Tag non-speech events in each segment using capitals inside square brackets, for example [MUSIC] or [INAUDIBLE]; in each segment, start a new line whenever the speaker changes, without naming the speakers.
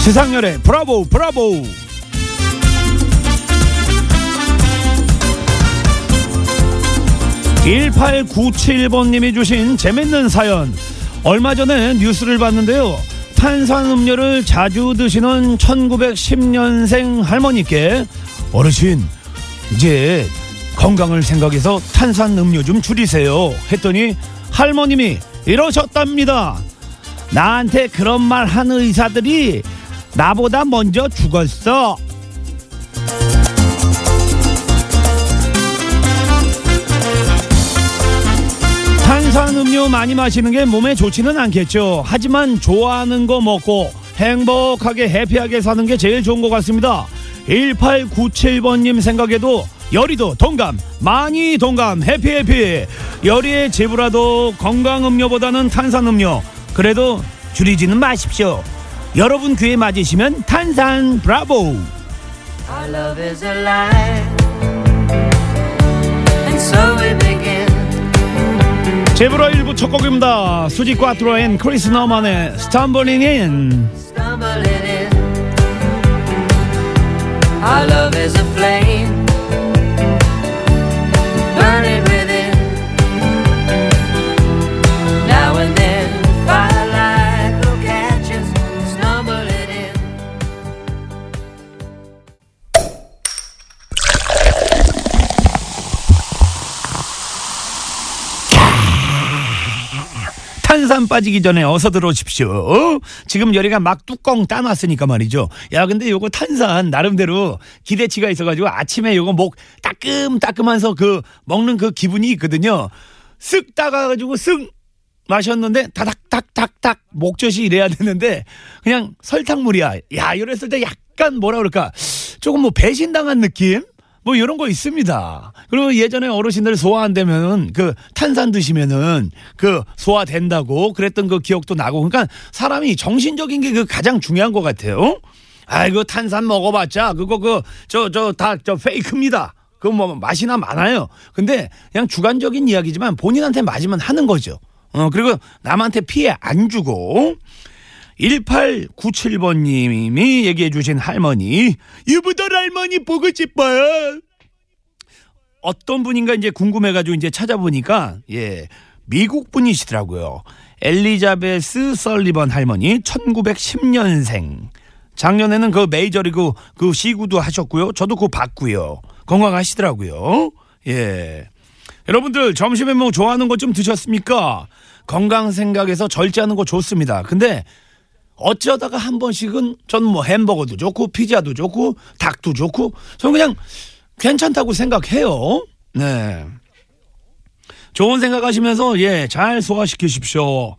지상렬의 브라보 브라보 (1897번님이) 주신 재밌는 사연 얼마 전에 뉴스를 봤는데요 탄산음료를 자주 드시는 (1910년생) 할머니께 어르신 이제 건강을 생각해서 탄산음료 좀 줄이세요 했더니 할머님이 이러셨답니다. 나한테 그런 말 하는 의사들이 나보다 먼저 죽었어. 탄산음료 많이 마시는 게 몸에 좋지는 않겠죠. 하지만 좋아하는 거 먹고 행복하게 해피하게 사는 게 제일 좋은 것 같습니다. 1897번님 생각에도 여리도 동감 많이 동감 해피해피 여리의 제부라도 건강음료보다는 탄산음료 그래도 줄이지는 마십시오. 여러분 귀에 맞으시면 탄산 브라보
Our love is alive. And so we begin.
제브라 일부 첫 곡입니다. 수지 과트로엔 크리스 너먼의 스탐블링 인
Stumbling in. Our love is a flame. Burning within. Now and then, firelight will catch us. Stumbling in.
탄산 빠지기 전에 어서 들어오십시오. 지금 열이가 막 뚜껑 따놨으니까 말이죠. 야, 근데 요거 탄산 나름대로 기대치가 있어가지고 아침에 요거 목 따끔따끔해서 그 먹는 그 기분이 있거든요. 쓱 따가가지고 쓱 마셨는데 다닥닥닥닥 목젖이 이래야 되는데 그냥 설탕물이야. 야, 이랬을 때 약간 뭐라 그럴까 조금 뭐 배신당한 느낌? 뭐 이런 거 있습니다. 그리고 예전에 어르신들 소화 안 되면은 그 탄산 드시면은 그 소화 된다고 그랬던 그 기억도 나고 그러니까 사람이 정신적인 게 그 가장 중요한 것 같아요. 아이고 탄산 먹어봤자 그거 그 저 저 다 저 페이크입니다. 그 뭐 맛이나 많아요. 근데 그냥 주관적인 이야기지만 본인한테 맞으면 하는 거죠. 어 그리고 남한테 피해 안 주고 1897번님이 얘기해 주신 할머니 유부들 할머니 보고 싶어요 어떤 분인가 이제 궁금해가지고 이제 찾아보니까 예 미국 분이시더라고요 엘리자베스 설리번 할머니 1910년생 작년에는 그 메이저리그 그 시구도 하셨고요 저도 그거 봤고요 건강하시더라고요 예 여러분들 점심에 뭐 좋아하는 거 좀 드셨습니까? 건강 생각해서 절제하는 거 좋습니다. 근데 어쩌다가 한 번씩은 전 뭐 햄버거도 좋고 피자도 좋고 닭도 좋고 저는 그냥 괜찮다고 생각해요. 네. 좋은 생각하시면서 예 잘 소화시키십시오. 어,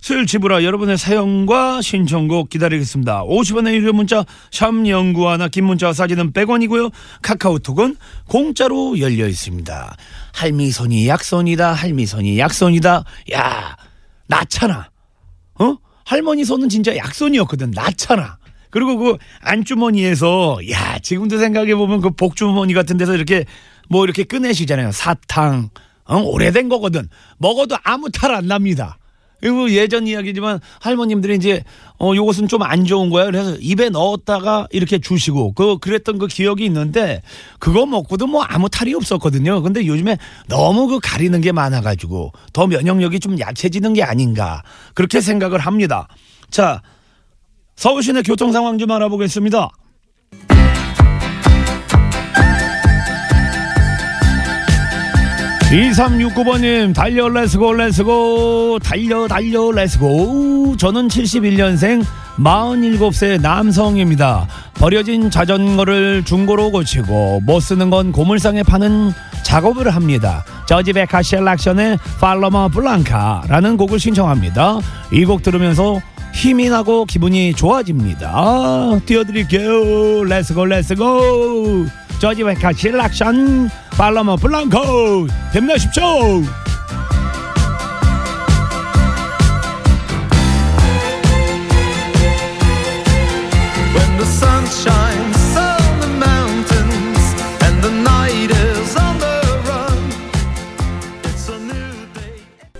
수요일 지브라 여러분의 사연과 신청곡 기다리겠습니다. 50원의 유료 문자 샵 연구하나 긴 문자 사진은 100원이고요. 카카오톡은 공짜로 열려 있습니다. 할미선이 약선이다. 할미선이 약선이다. 야 나차나. 어? 할머니 손은 진짜 약손이었거든. 나차나. 그리고 그 안주머니에서 야 지금도 생각해 보면 그 복주머니 같은 데서 이렇게 뭐 이렇게 꺼내시잖아요. 사탕. 어? 오래된 거거든. 먹어도 아무 탈 안 납니다. 그리고 예전 이야기지만 할머님들이 이제 어 요것은 좀 안 좋은 거야. 그래서 입에 넣었다가 이렇게 주시고 그 그랬던 그 기억이 있는데 그거 먹고도 뭐 아무 탈이 없었거든요. 근데 요즘에 너무 그 가리는 게 많아 가지고 더 면역력이 좀 약해지는 게 아닌가 그렇게 생각을 합니다. 자, 서울시내 교통 상황 좀 알아보겠습니다. 이삼육구번님 달려 렛츠고 렛츠고 달려 달려 렛츠고 저는 71년생 47세 남성입니다 버려진 자전거를 중고로 고치고 못 쓰는 건 고물상에 파는 작업을 합니다 저지베카 셀락션의 팔로마 블랑카라는 곡을 신청합니다 이 곡 들으면서 힘이 나고 기분이 좋아집니다 아, 띄워드릴게요 렛츠고 렛츠고 저지베카 셀락션 팔로마 블랑코 힘내십시오
When the sun shines on the mountains and the night is on the run, it's a new day.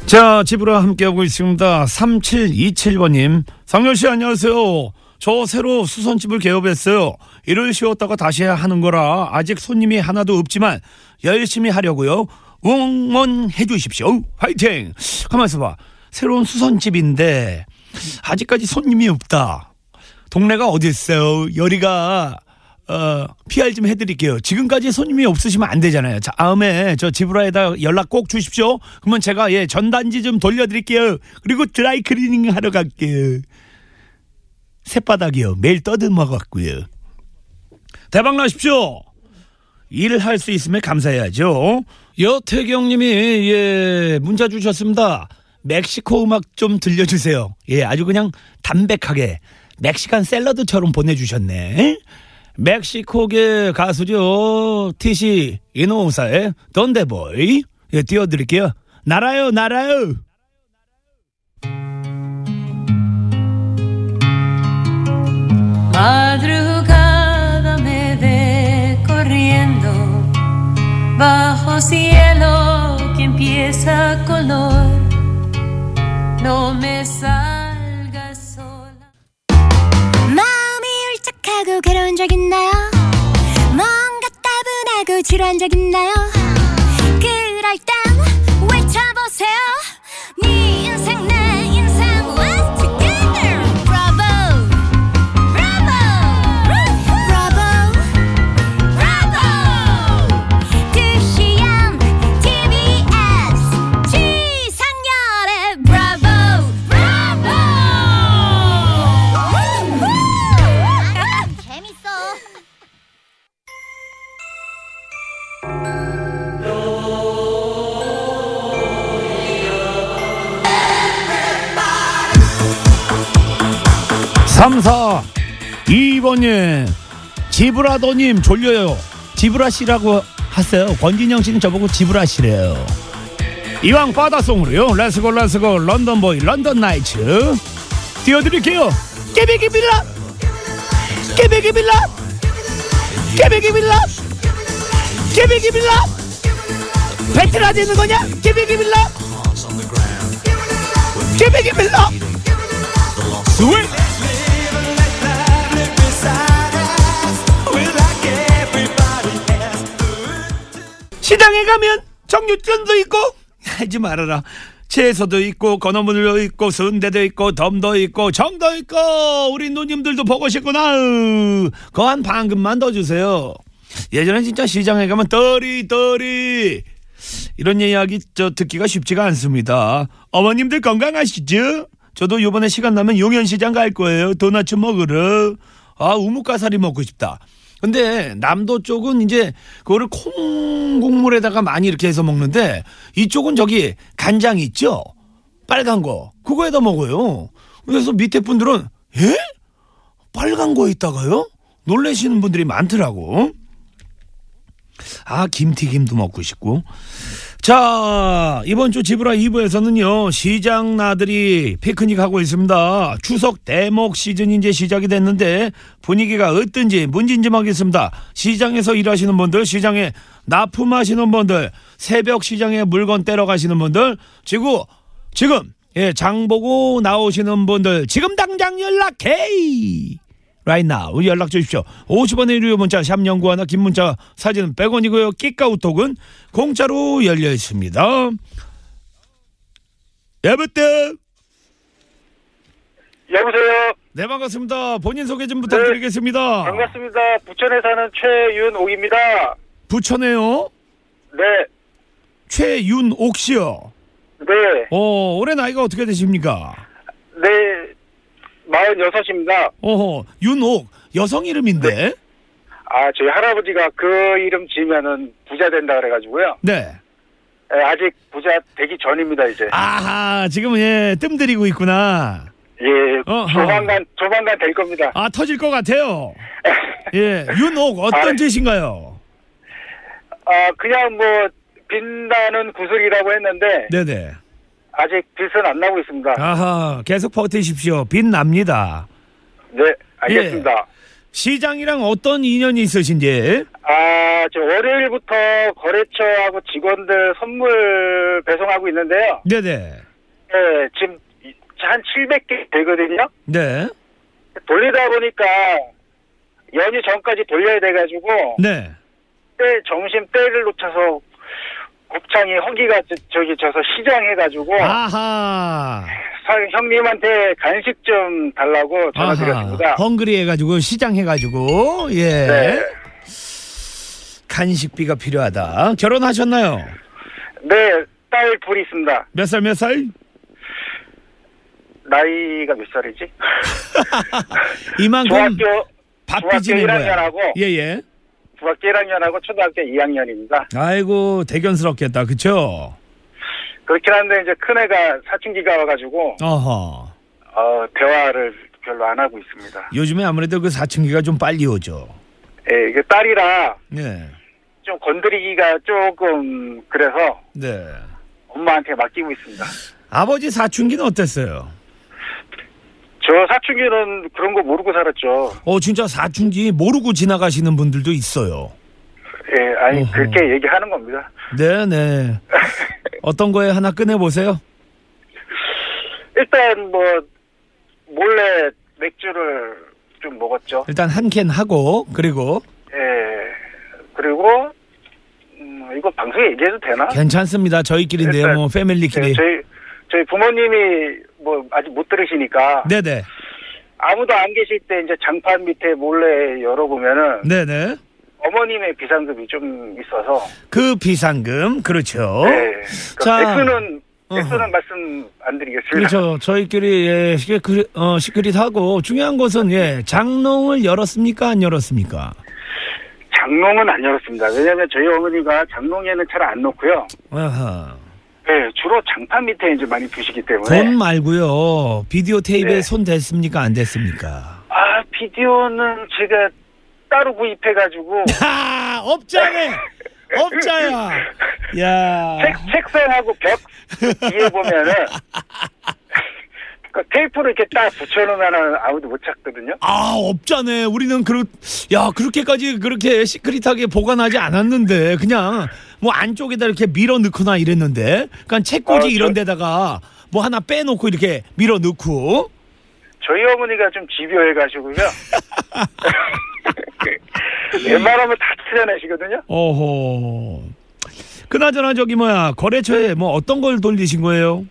자, 집으로 함께하고 있습니다. 3727번님. 상렬 씨 안녕하세요. 저 새로 수선집을 개업했어요. 일을 쉬었다가 다시 하는 거라 아직 손님이 하나도 없지만 열심히 하려고요. 응원해 주십시오. 화이팅. 가만 있어봐. 새로운 수선집인데 아직까지 손님이 없다. 동네가 어디 있어요? 여리가 어, PR 좀 해드릴게요. 지금까지 손님이 없으시면 안 되잖아요. 자, 다음에 저 지브라에다 연락 꼭 주십시오. 그러면 제가 예 전단지 좀 돌려드릴게요. 그리고 드라이 클리닝 하러 갈게요. 새바닥이요. 매일 떠듬어 갖고요. 대박 나십시오. 일을 할 수 있음에 감사해야죠. 여태경님이 예 문자 주셨습니다. 멕시코 음악 좀 들려주세요. 예 아주 그냥 담백하게 멕시칸 샐러드처럼 보내주셨네. 멕시코계 가수죠. 티시 이노우사의 던데보이 예, 띄워드릴게요. 나라요 나라요.
Madrugada me ve corriendo bajo cielo que empieza a color. No me salgas sola.
마음이 울적하고 괴로운 적 있나요? 뭔가 따분하고 지루한 적 있나요? 그럴 땐 외쳐보세요. 네 인생 내 인생 Let's together Bravo Bravo Bravo Bravo 드시안 TBS 지상렬의 Bravo Bravo 재밌어
삼사 이번님 지브라더님 졸려요 지브라 씨라고 하세요 권진영 씨는 저보고 지브라 씨래요 이왕 바다송으로요 렛츠고 렛츠고 런던보이 런던나이츠 띄워드릴게요 깨배기 빌라 깨배기 빌라 깨배기 빌라 깨배기 빌라 베트라지 있는 거냐 깨배기 빌라 깨배기 빌라 스윗 시장에 가면 정육전도 있고 하지 말아라 채소도 있고 건어물도 있고 순대도 있고 덤도 있고 정도 있고 우리 누님들도 보고 싶구나 그 거한 방금만 더 주세요 예전엔 진짜 시장에 가면 떠리 떠리 이런 이야기 저 듣기가 쉽지가 않습니다 어머님들 건강하시죠? 저도 요번에 시간 나면 용현시장 갈 거예요 도넛 좀 먹으러 아 우뭇가사리 먹고 싶다 근데 남도 쪽은 이제 그거를 콩 국물에다가 많이 이렇게 해서 먹는데 이쪽은 저기 간장 있죠 빨간 거 그거에다 먹어요 그래서 밑에 분들은 예 빨간 거에 있다가요 놀래시는 분들이 많더라고 아 김튀김도 먹고 싶고 자 이번 주 지브라 2부에서는요 시장 나들이 피크닉 하고 있습니다 추석 대목 시즌이 이제 시작이 됐는데 분위기가 어떤지 문진지하겠습니다 시장에서 일하시는 분들 시장에 납품하시는 분들 새벽 시장에 물건 떼러 가시는 분들 지구 지금 예, 장 보고 나오시는 분들 지금 당장 연락해 right now 연락 주십시오. 50원의 유료 문자 샵 연구 하나 긴 문자 사진은 100원이고요. 끼까우톡은 공짜로 열려 있습니다. 예부터
여보세요.
네 반갑습니다. 본인 소개 좀 부탁드리겠습니다.
네, 반갑습니다. 부천에 사는 최윤옥입니다.
부천에요.
네,
최윤옥 씨요.
네,
어, 올해 나이가 어떻게 되십니까?
네. 46입니다.
어허, 윤옥 여성 이름인데.
아, 저희 할아버지가 그 이름 지으면은 부자 된다 그래가지고요.
네.
예, 아직 부자 되기 전입니다, 이제.
아하, 지금 예, 뜸 들이고 있구나.
예,
어허.
조만간, 조만간 될 겁니다.
아, 터질 것 같아요. 예, 윤옥
아.
어떤 짓인가요?
[LAUGHS] 아, 그냥 뭐, 빈다는 구슬이라고 했는데,
네네.
아직 빛은 안 나고 있습니다.
아하, 계속 버티십시오. 빛납니다.
네, 알겠습니다.
예. 시장이랑 어떤 인연이 있으신지?
아, 저 월요일부터 거래처하고 직원들 선물 배송하고 있는데요.
네네.
네, 지금 이- 한 700개 되거든요.
네.
돌리다 보니까 연휴 전까지 돌려야 돼가지고
네.
때 점심 때를 놓쳐서 곱창이 허기가 저- 저기 져서 시장해가지고
아. 아하.
사- 형님한테 간식 좀 달라고 전화드렸습니다.
헝그리 해가지고 시장 해가지고 예.
네.
간식비가 필요하다. 결혼하셨나요?
네, 딸 둘이 있습니다.
몇 살 몇 살?
나이가 몇 살이지?
아, 이만큼
중학교
바삐
중학교
지낸 거야.
1학년하고
예예.
중학교 1학년하고 초등학교 2학년입니다.
아이고 대견스럽겠다. 그쵸?
그렇긴 한데 이제 큰 애가 사춘기가 와가지고
어허.
어, 대화를 별로 안 하고 있습니다.
요즘에 아무래도 그 사춘기가 좀 빨리 오죠.
예, 이게 딸이라
네.
좀 건드리기가 조금 그래서
네.
엄마한테 맡기고 있습니다.
아버지 사춘기는 어땠어요?
저 사춘기는 그런 거 모르고 살았죠.
어 진짜 사춘기 모르고 지나가시는 분들도 있어요.
예, 아니
어허.
그렇게 얘기하는 겁니다. [LAUGHS]
네네. 어떤 거에 하나 꺼내 보세요.
일단 뭐 몰래 맥주를 좀 먹었죠.
일단 한 캔 하고 그리고
예, 그리고 음, 이거 방송에 얘기해도 되나?
괜찮습니다. 저희끼리인데요.
일단,
뭐
예,
패밀리끼리.
저희 저희 부모님이 뭐 아직 못 들으시니까
네네.
아무도 안 계실 때 이제 장판 밑에 몰래 열어보면은
네네.
어머님의 비상금이 좀 있어서
그 비상금 그렇죠.
예,
자.
그러니까 액수는
어허.
액수는 말씀 안 드리겠습니다.
그렇죠. 저희끼리 예, 시크릿, 어, 시크릿 하고 중요한 것은 예, 장롱을 열었습니까 안 열었습니까?
장롱은 안 열었습니다. 왜냐하면 저희 어머니가 장롱에는 잘 안 놓고요.
아하.
예, 주로 장판 밑에 이제 많이 두시기 때문에.
돈 말고요. 비디오 테이프에
네.
손 댔습니까 안 댔습니까?
아 비디오는 제가 따로 구입해가지고
아 업자네. 업자야. 야.
책 책상하고 벽 뒤에 보면은 그 테이프를 이렇게 딱 붙여놓으면 아무도 못 찾거든요.
아 없자네 우리는 그렇 야 그렇게까지 그렇게 시크릿하게 보관하지 않았는데 그냥 뭐 안쪽에다 이렇게 밀어 넣거나 이랬는데 그러니까
아,
책꽂이
저-
이런 데다가 뭐 하나 빼놓고 이렇게 밀어 넣고
저희 어머니가 좀
[LAUGHS]
집요해가지고요. 네. 웬만하면 다 찾아내시거든요.
어허 그나저나 저기 뭐야 거래처에 뭐 어떤 걸 돌리신 거예요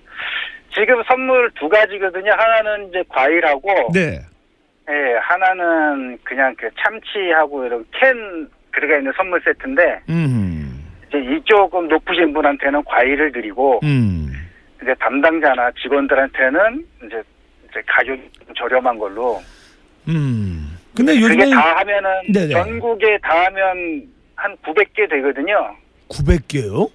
지금 선물 두 가지거든요. 하나는 이제 과일하고
네
예, 하나는 그냥 그 참치하고 이런 캔 들어가 있는 선물 세트인데
음
이제 이쪽은 높으신 분한테는 과일을 드리고
음.
이제 담당자나 직원들한테는 이제 이제 가격 저렴한 걸로
음. 근데
그게
요즘에
다 하면은
네네.
전국에 다 하면 한 900개 되거든요.
900개요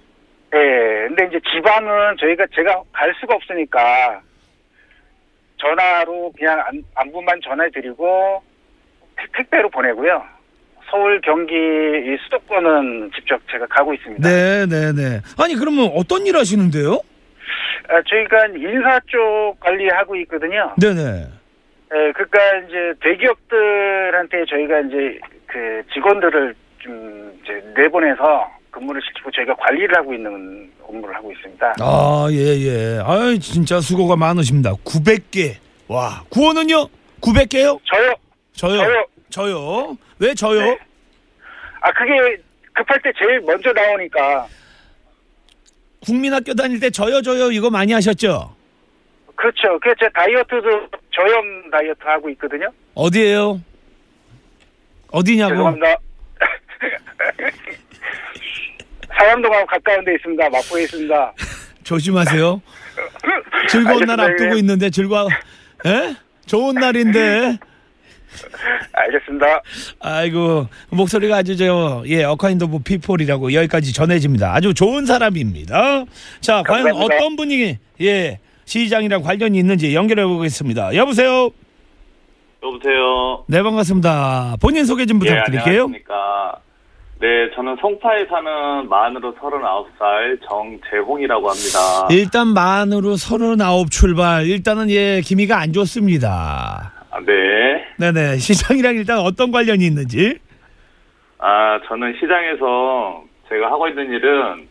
예. 근데 이제 지방은 저희가 제가 갈 수가 없으니까 전화로 그냥 안, 안부만 전해드리고 택- 택배로 보내고요. 서울, 경기, 이 수도권은 직접 제가 가고 있습니다.
네네네 아니 그러면 어떤 일 하시는데요
아, 저희가 인사 쪽 관리하고 있거든요.
네네
예, 그러니까 이제 대기업들한테 저희가 이제 그 직원들을 좀 이제 내보내서 근무를 시키고 저희가 관리를 하고 있는 업무를 하고 있습니다.
아, 예, 예. 아 진짜 수고가 많으십니다. 900개. 와, 구호는요? 900개요?
저요.
저요.
저요.
저요. 왜 저요?
네. 아 그게 급할 때 제일 먼저 나오니까
국민학교 다닐 때 저요, 저요 이거 많이 하셨죠?
그렇죠. 그제 다이어트도 저염 다이어트 하고 있거든요.
어디에요? 어디냐고?
[LAUGHS] 죄송합니다. 사암동하고 가까운 데 있습니다. 마포에 있습니다. [LAUGHS]
조심하세요. 즐거운 날
알겠습니다,
앞두고
형님.
있는데 즐거워. 에? 좋은 날인데.
알겠습니다.
아이고 목소리가 아주 저예 어카인드 오브 피폴이라고 여기까지 전해집니다. 아주 좋은 사람입니다. 자 과연
감사합니다.
어떤 분이 예 시장이랑 관련이 있는지 연결해 보겠습니다. 여보세요.
여보세요. 네,
네 반갑습니다. 본인 소개 좀 부탁드릴게요.
예, 안녕하십니까. 네, 저는 송파에 사는 만으로 39살 정재홍이라고 합니다.
일단 만으로 서른아홉 출발. 일단은 예 기미가 안 좋습니다.
아, 네.
네네 시장이랑 일단 어떤 관련이 있는지.
아, 저는 시장에서 제가 하고 있는 일은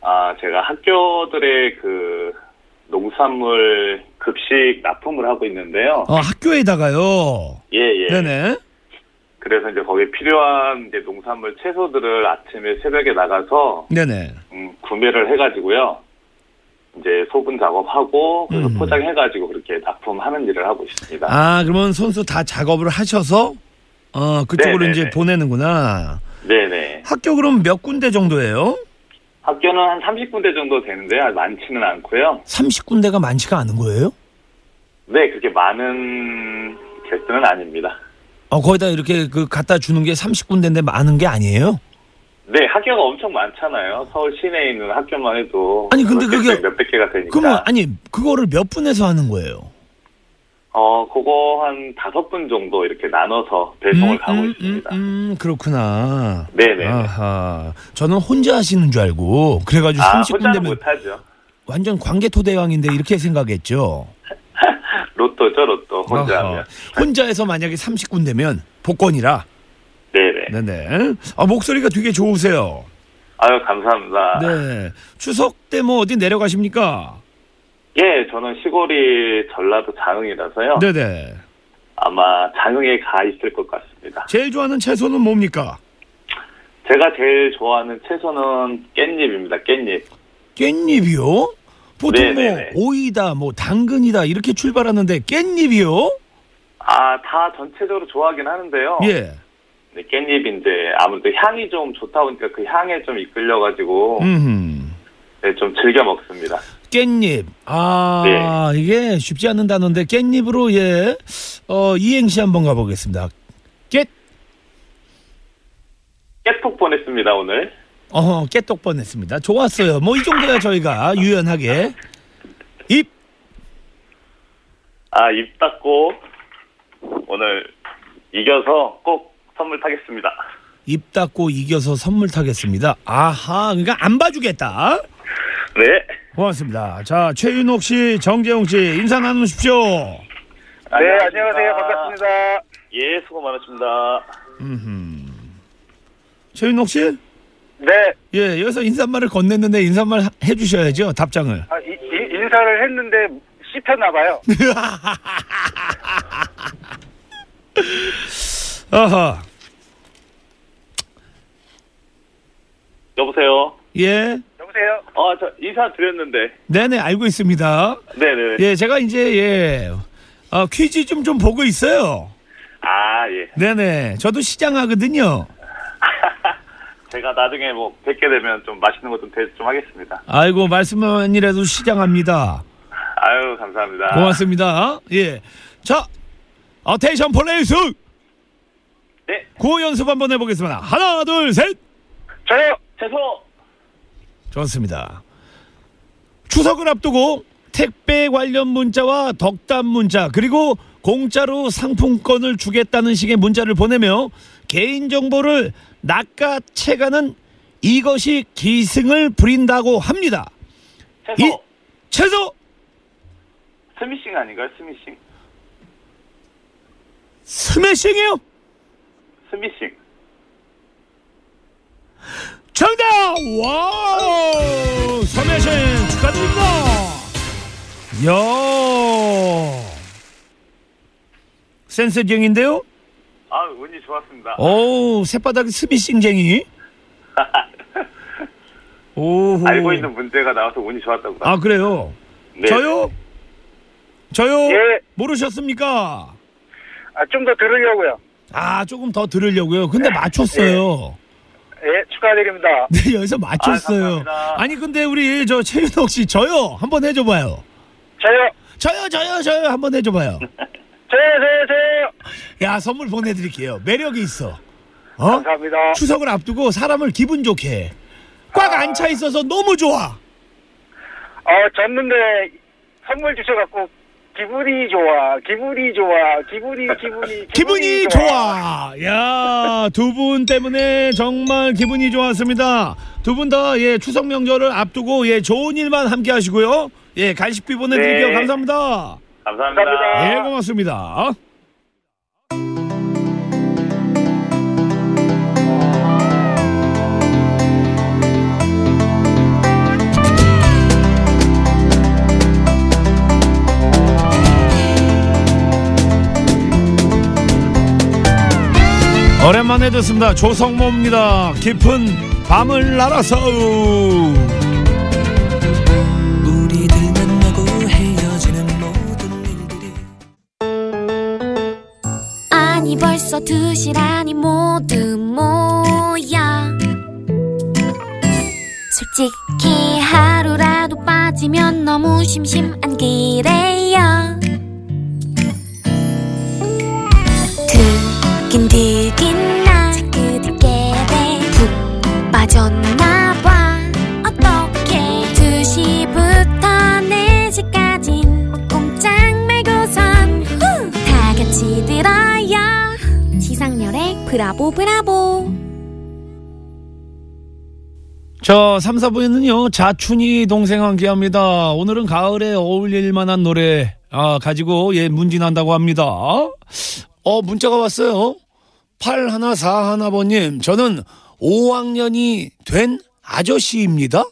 아, 제가 학교들의 그 농산물 그 급식 납품을 하고 있는데요.
어, 학교에다가요.
예, 예.
네네.
그래서 이제 거기에 필요한 이제 농산물 채소들을 아침에 새벽에 나가서
네네.
음, 구매를 해가지고요. 이제 소분 작업하고 그래서
음.
포장해가지고 그렇게 납품하는 일을 하고 있습니다.
아, 그러면 선수 다 작업을 하셔서 어, 그쪽으로
네네네.
이제 보내는구나.
네네.
학교 그럼 몇 군데 정도예요?
학교는 한 30군데 정도 되는데요. 아, 많지는 않고요.
30군데가 많지가 않은 거예요?
네, 그렇게 많은 개수는 아닙니다.
어, 거기다 이렇게 그 갖다 주는 게 30군데인데 많은 게 아니에요?
네, 학교가 엄청 많잖아요. 서울 시내에 있는 학교만 해도
아니, 근데 그게-
몇백 개, 몇백 개가 되니까.
그러면 아니, 그거를 몇 분에서 하는 거예요?
어, 그거 한 다섯 분 정도 이렇게 나눠서 배송을 가고 있습니다.
음, 그렇구나.
네네.
아하. 저는 혼자 하시는 줄 알고 그래가지고
아,
30군데면
혼자는 못하죠.
완전 관계토대왕인데 이렇게 생각했죠.
로또죠, 로또. 혼자
아하.
하면.
혼자에서 만약에 30군데면 복권이라.
네네.
네네. 아, 목소리가 되게 좋으세요.
아유, 감사합니다.
네. 추석 때 뭐 어디 내려가십니까?
예, 저는 시골이 전라도 장흥이라서요.
네네.
아마 장흥에 가 있을 것 같습니다.
제일 좋아하는 채소는 뭡니까?
제가 제일 좋아하는 채소는 깻잎입니다. 깻잎.
깻잎이요? 보통
네네네.
뭐 오이다, 뭐 당근이다 이렇게 출발하는데 깻잎이요?
아, 다 전체적으로 좋아하긴 하는데요.
예.
근데 깻잎이 이제 아무래도 향이 좀 좋다 보니까 그 향에 좀 이끌려가지고
음.
네, 좀 즐겨 먹습니다.
깻잎. 아,
네.
이게 쉽지 않는다는데 깻잎으로 예. 어, 이행시 한번 가보겠습니다. 깻.
깨톡 보냈습니다, 오늘.
어, 깨똑 뻔했습니다. 좋았어요. 뭐 이 정도야 저희가 유연하게. 입.
아, 입 닦고 오늘 이겨서 꼭 선물 타겠습니다.
입 닫고 이겨서 선물 타겠습니다. 아하, 그러니까 안 봐주겠다.
네.
고맙습니다. 자, 최윤옥 씨, 정재용 씨, 인사 나누십시오.
네, 안녕하세요. 반갑습니다.
예, 수고 많으십니다.
최윤옥 씨?
네,
예, 여기서 인사말을 건넸는데 인사말 하- 해주셔야죠, 답장을.
아, 이- 이- 인사를 했는데 씹혔나봐요.
아하,
여보세요.
예.
여보세요?
아, 저 인사 드렸는데.
네네, 알고 있습니다.
네네.
예, 제가 이제, 예, 아, 퀴즈 좀 좀 보고 있어요.
아, 예.
네네, 저도 시장하거든요.
제가 나중에 뭐 뵙게 되면 좀 맛있는 거 좀 대접 좀 하겠습니다.
아이고, 말씀만이라도 시장합니다.
아유, 감사합니다.
고맙습니다. 예. 자, 어테이션 플레이스!
네.
구호 연습 한번 해보겠습니다. 하나, 둘, 셋!
네,
저요!
채소!
좋습니다. 추석을 앞두고 택배 관련 문자와 덕담 문자 그리고 공짜로 상품권을 주겠다는 식의 문자를 보내며 개인 정보를 낚아채가는 이것이 기승을 부린다고 합니다.
채소!
이- 채소
스미싱 아닌가요? 스미싱?
스매싱이요.
스미싱.
정답! 와우! 서매신 축하드립니다! 야 센스쟁인데요?
아, 운이 좋았습니다.
오, 새바닥
[LAUGHS]
스미싱쟁이. 오호.
알고 있는 문제가 나와서 운이 좋았다고.
아, 그래요?
네.
저요? 저요?
예.
모르셨습니까?
아, 좀 더 들으려고요.
아, 조금 더 들으려고요.
네.
근데 맞췄어요.
예, 축하드립니다.
네, 여기서 맞췄어요.
감사합니다.
아니, 근데 우리 저 최윤옥 씨, 저요? 한번 해줘봐요.
저요!
저요 저요 저요 한번 해줘봐요.
저요, 저요, 저요!
야 선물 보내드릴게요. 매력이 있어. 어?
감사합니다.
추석을 앞두고 사람을 기분 좋게 해. 꽉 안 차 있어서 너무 좋아.
어, 졌는데 선물 주셔갖고 기분이 좋아, 기분이 좋아, 기분이, [LAUGHS] 기분이,
기분이 좋아. 야 두 분 때문에 정말 기분이 좋았습니다. 두 분 다 예, 추석 명절을 앞두고 예, 좋은 일만 함께 하시고요. 예, 간식비 보내드릴게요.
네.
감사합니다.
감사합니다.
감사합니다.
예, 고맙습니다. 오랜만에 듣습니다. 조성모입니다. 깊은 밤을 날아서.
우리들 만나고 헤어지는 모든 일들이
아니 벌써 두 시라니 모두 모여 솔직히 하루라도 빠지면 너무 심심한 길에요 들긴 들긴 나 자꾸 듣게 돼푹 빠졌나봐 어떻게 두 시부터 네 시까진 꼼짝 말고선 후! 다 같이 들어요 지상렬의 브라보 브라보
저 3, 4부에는요 자춘이 동생 함께합니다. 오늘은 가을에 어울릴 만한 노래 아, 가지고 예 문진한다고 합니다. 어 문자가 왔어요. 8141번님 저는 5학년이 된 아저씨입니다.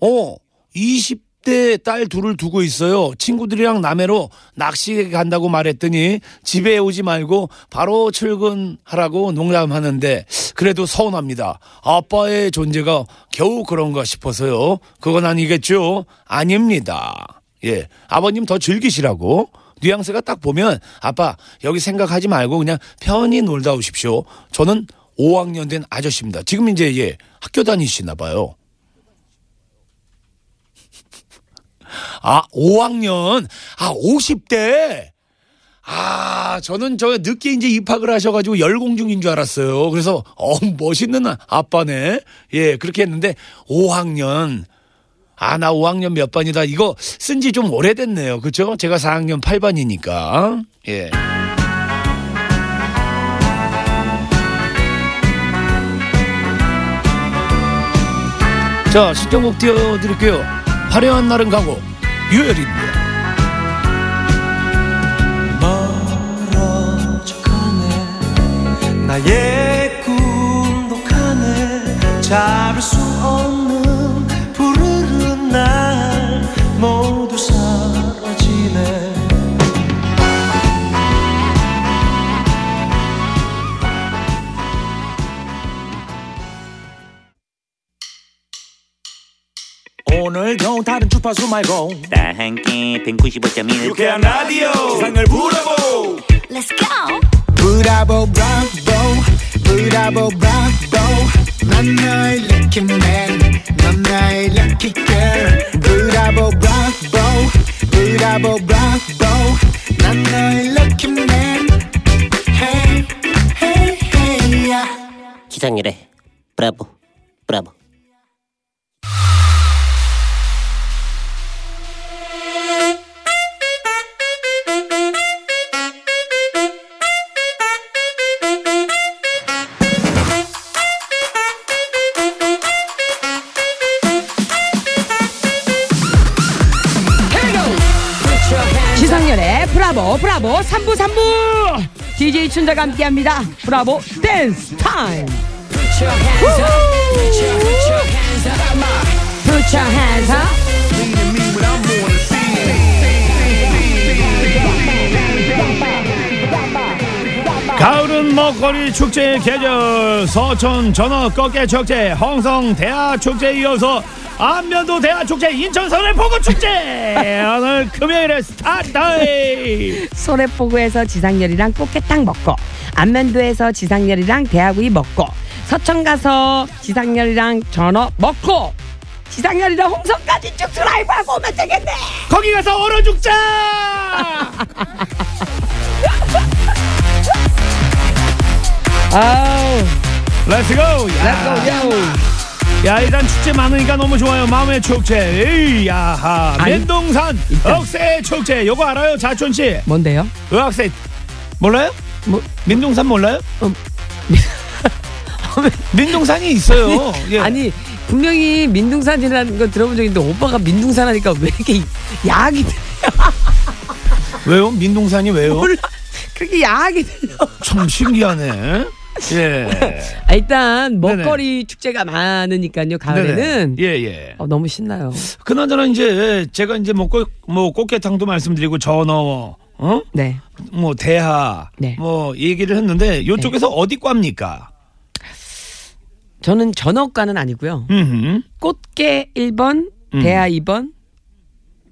어 20대 딸 둘을 두고 있어요. 친구들이랑 남해로 낚시 간다고 말했더니 집에 오지 말고 바로 출근하라고 농담하는데 그래도 서운합니다. 아빠의 존재가 겨우 그런가 싶어서요. 그건 아니겠죠? 아닙니다. 예. 아버님 더 즐기시라고. 뉘앙스가 딱 보면 아빠 여기 생각하지 말고 그냥 편히 놀다 오십시오. 저는 5학년 된 아저씨입니다. 지금 이제 예, 학교 다니시나 봐요. 아, 5학년. 아, 50대. 아, 저는 저 늦게 이제 입학을 하셔가지고 열공 중인 줄 알았어요. 그래서, 어, 멋있는 아빠네. 예, 그렇게 했는데, 5학년. 아, 나 5학년 몇 반이다. 이거 쓴 지 좀 오래됐네요. 그죠? 제가 4학년 8반이니까. 예. 자, 신청곡 띄워드릴게요. 화려한 날은 가고, 유열입니다.
멀어져 가네 나의 꿈도 가네 잡을 수 없는 푸르른 날 모두 사라지네 오늘도 다른 주파수 말고
다 함께 195.1
유쾌한 라디오 세상을 부러보
Let's go!
브라보 브라보 브라보 Oh, 브라보 난 너의 lucky man 넌 나의 lucky girl 브라보 브라보 브라보 브라보 난 너의 lucky man hey hey hey yeah.
기상일에 브라보 브라보
지상렬의 브라보 브라보 3부 3부 DJ 춘자가 함께합니다 브라보 댄스 타임 Put your hands up
가을은 먹거리 축제의 계절 서천 전어 꺾개 축제 홍성 대하 축제에 이어서 안면도 대하 축제 인천 서래포구
[LAUGHS]
축제 오늘 금요일에 스타트
소래포구에서 지상렬이랑 꽃게탕 먹고 안면도에서 지상렬이랑 대하구이 먹고 서천 가서 지상렬이랑 전어 먹고 지상렬이랑 홍성까지 쭉 드라이브하고 오면 되겠네
거기 가서 얼어 죽자
아우
렛츠고
아,
야 일단 축제 많으니까 너무 좋아요 마음의 축제 에이, 야하
아니,
맨동산 억새 축제 요거 알아요 자촌씨
뭔데요?
의학세 몰라요?
뭐?
민동산 몰라요?
어.
민동산이 있어요. 예.
[LAUGHS] 아니 분명히 민둥산이라는 거 들어본 적 있는데 오빠가 민둥산 하니까 왜 이렇게 야하게
어? 왜요? 민동산이 왜요?
몰라 그렇게 야하게 들려
[LAUGHS] 참 신기하네. 예.
아, 일단
네네.
먹거리 축제가 많으니까요 가을에는
네네. 예, 예.
어, 너무 신나요
그나저나 이제 제가 이제 먹고 뭐 꽃게탕도 말씀드리고 뭐 전어 어?
네.
뭐 대하
네.
뭐 얘기를 했는데 요쪽에서 어디 과입니까?
저는 전어과는 아니고요.
음.
꽃게 1번, 대하 2번,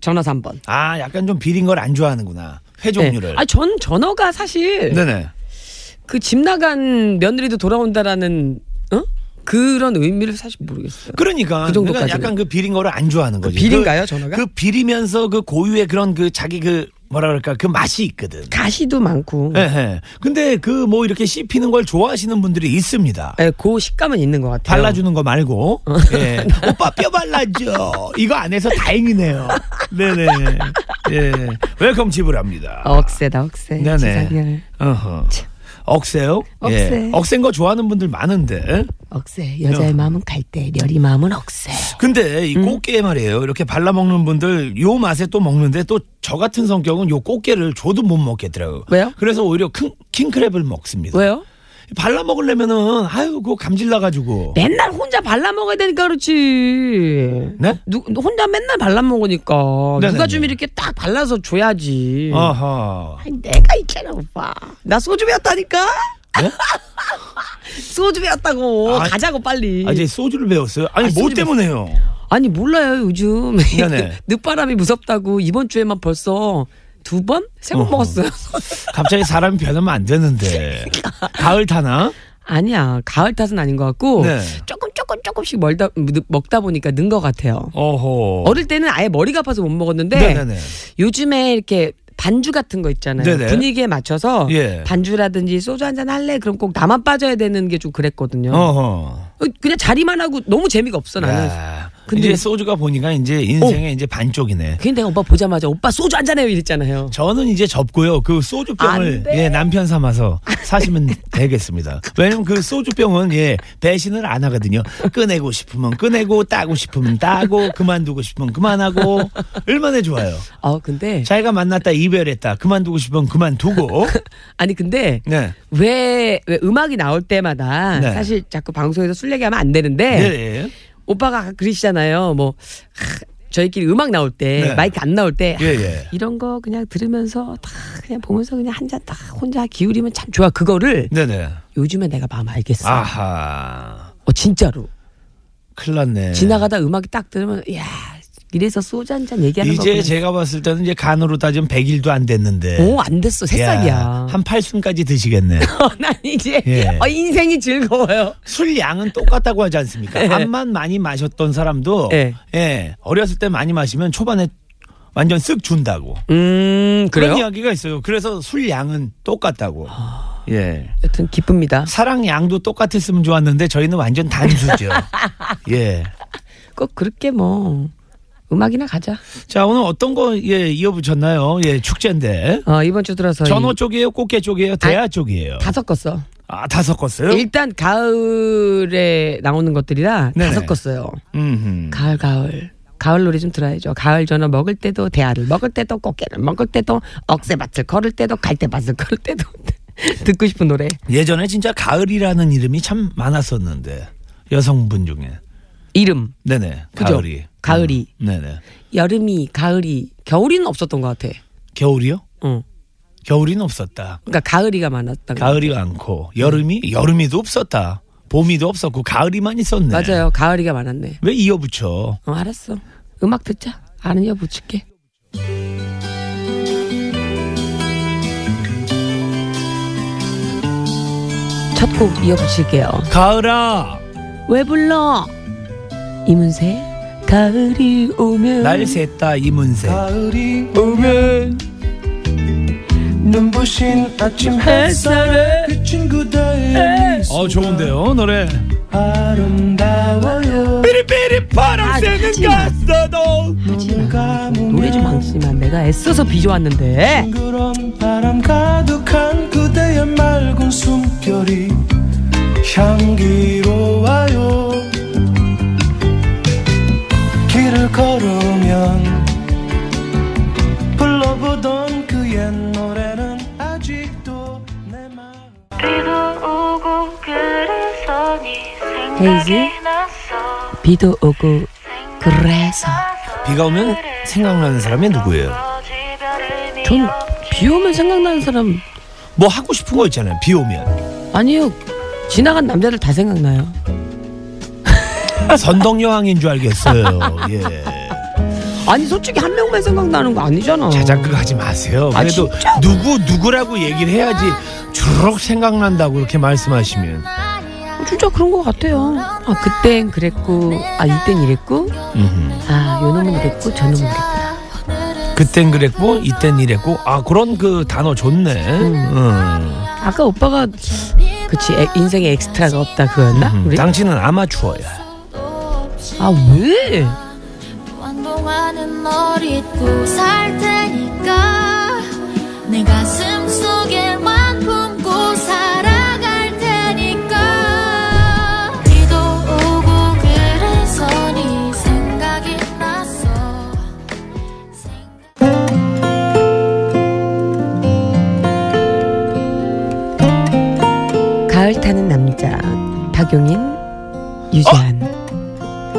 전어 3번.
아, 약간 좀 비린 걸 안 좋아하는구나. 회 종류를.
아, 전 전어가 사실
네네.
그 집 나간 며느리도 돌아온다라는 어? 그런 의미를 사실 모르겠어요.
그러니까
그
그러니까
정도까지는.
약간 그 비린 거를 안 좋아하는 거지.
비린가요,
그-
전어가?
그 비리면서 그 고유의 그런 그 자기 그 뭐라 그럴까 그 맛이 있거든.
가시도 많고
예, 예. 근데 그 뭐 이렇게 씹히는 걸 좋아하시는 분들이 있습니다.
예, 그 식감은 있는 것 같아요.
발라주는 거 말고. 예. 오빠 뼈 발라줘. 이거 안 해서 다행이네요. 네네. 예. 웰컴 집을 합니다.
어, 억세다 억세.
네네.
지상렬.
어허. 억세요?
억세.
예. 억센 거 좋아하는 분들 많은데.
억세.
어.
여자의 마음은 갈대, 멸이 마음은 억세.
네. 근데
음.
이 꽃게 말이에요. 이렇게 발라 먹는 분들 요 맛에 또 먹는데 또 저 같은 성격은 요 꽃게를 줘도 못 먹겠더라고요.
왜요?
그래서 오히려 킹, 킹크랩을 먹습니다.
왜요?
발라 먹으려면은 아유 그거 감질 나가지고.
맨날 혼자 발라 먹어야 되니까 그렇지.
네?
누, 혼자 맨날 발라 먹으니까
네네네.
누가 좀 이렇게 딱 발라서 줘야지.
어허.
아니, 내가 있잖아 오빠. 나 소주 배웠다니까. [LAUGHS] 소주 배웠다고.
네? 아,
가자고 빨리.
아 이제 소주를 배웠어요. 아니
아,
뭐
소주
때문에요?
아니 몰라요 요즘
네네.
[LAUGHS] 늦바람이 무섭다고 이번 주에만 벌써 두 번? 세 번
어허.
먹었어요. [LAUGHS]
갑자기 사람이 변하면 안 되는데. 가을 타나?
아니야 가을 탓은 아닌 것 같고
네.
조금 조금 조금씩 멀다 느- 먹다 보니까 는 것 같아요.
어허.
어릴 때는 아예 머리가 아파서 못 먹었는데
네네네.
요즘에 이렇게 반주 같은 거 있잖아요.
네네.
분위기에 맞춰서
예.
반주라든지 소주 한 잔 할래 그럼 꼭 나만 빠져야 되는 게 좀 그랬거든요.
어허.
어, 그냥 자리만 하고 너무 재미가 없어 나는.
야,
근데-
이제 소주가 보니까 이제 인생의 이제 반쪽이네.
그냥 내가 오빠 보자마자 오빠 소주 한 잔 해요 이랬잖아요.
저는 이제 접고요. 그
안
소주병을
돼.
예, 남편 삼아서 사시면 되겠습니다. 왜냐면 그 소주병은 예, 배신을 안 하거든요. 꺼내고 싶으면 꺼내고 따고 싶으면 따고 그만두고 싶으면 그만하고 얼마나 좋아요.
어 근데
자기가 만났다 이별했다 그만두고 싶으면 그만두고
아니 근데
네.
왜, 왜 음악이 나올 때마다
네.
사실 자꾸 방송에서 술 얘기하면 안 되는데
예, 예.
오빠가 아까 그러시잖아요. 뭐 하, 저희끼리 음악 나올 때
네.
마이크 안 나올 때
예, 예.
하, 이런 거 그냥 들으면서 다 그냥 보면서 그냥 한 잔 딱 혼자 기울이면 참 좋아. 그거를
네네.
요즘에 내가 마음 알겠어.
아. 아하.
어 진짜로
큰일 났네.
지나가다 음악이 딱 들으면 야 이래서 소주 한 잔 얘기하는 거.
이제 제가 봤을 때는 이제 간으로 따지면 100일도 안 됐는데.
오안 됐어 새싹이야. 어,
야,
[LAUGHS]
한 8순까지 드시겠네.
난 이제
예.
어, 인생이 즐거워요.
술 양은 똑같다고 하지 않습니까? 암만 많이 마셨던 사람도
예.
예, 어렸을 때 많이 마시면 초반에 완전 쓱 준다고
음
그런
그래요?
이야기가 있어요. 그래서 술 양은 똑같다고.
아.
예.
여튼 기쁩니다.
사랑 양도 똑같았으면 좋았는데 저희는 완전 단수죠.
[LAUGHS]
예.
꼭 그렇게 뭐 음악이나 가자.
자 오늘 어떤 거 예, 이어붙였나요? 예 축제인데
어, 이번 주 들어서
전어
이-
쪽이에요, 꽃게 쪽이에요, 대하 쪽이에요.
다 섞었어.
아 다 섞었어요?
일단 가을에 나오는 것들이라
네네.
다 섞었어요.
음.
가을 가을. 가을 노래 좀 들어야죠. 가을 전어 먹을 때도 대하를 먹을 때도 꽃게를 먹을 때도 억새밭을 걸을 때도 갈대밭을 걸을 때도 [LAUGHS] 듣고 싶은 노래.
예전에 진짜 가을이라는 이름이 참 많았었는데 여성분 중에.
이름
네네.
그죠?
가을이.
가을이.
음, 네네.
여름이 가을이 겨울이는 없었던 것 같아.
겨울이요?
응.
겨울이는 없었다.
그러니까 가을이가 많았던 것 같아.
가을이 많고 여름이 여름이도 없었다. 봄이도 없었고 가을이만 있었네.
맞아요. 가을이가 많았네.
왜 이어붙여?
어, 알았어. 음악 듣자. 아는 여부 줄게. 첫 곡 이어붙일게요.
가을아
왜 불러? 이문세 가을이 오면
날 샜다 이문세.
가을이 오면 눈부신 아침 햇살에 그 친구들
어 좋은데요 노래.
아름다워요
삐리삐리 파란색은
하지 마.
갔어도
하지 마.
감으면
노래
음.
좀 안치만 내가 애써서 비좋았는데
그런 바람 가득한 그대의 맑은 숨결이 향기로워요 길을 걸으면 불러보던 그의 노래는 아직도 내 마음
헤이즈 비도 오고 그래서
비가 오면 생각나는 사람이 누구예요?
전 비 오면 생각나는 사람
뭐 하고 싶은 거 있잖아요. 비 오면
아니요. 지나간 남자들 다 생각나요.
선덕 여왕인 줄 알겠어요. 예.
아니 솔직히 한 명만 생각나는 거 아니잖아.
자작극 하지 마세요.
어. 아,
그래도
진짜?
누구 누구라고 얘기를 해야지 주르륵 생각난다고 이렇게 말씀하시면
진짜 그런 것 같아요. 아 그땐 그랬고, 아 이땐 이랬고,
음.
아 요놈은 이랬고 저놈은 이랬고.
그땐 그랬고 이땐 이랬고 아 그런 그 단어 좋네. 음.
아까 오빠가 그치 에- 인생에 엑스트라가 없다 그거였나?
음.
우리?
당신은 아마추어야.
아 왜?
완동하는 널 잊고 살 테니까 내 가슴 속에만 품고 살아갈 테니까 비도 오고 그래서 네 생각이 났어 생각-
가을 타는 남자 박용인 유재한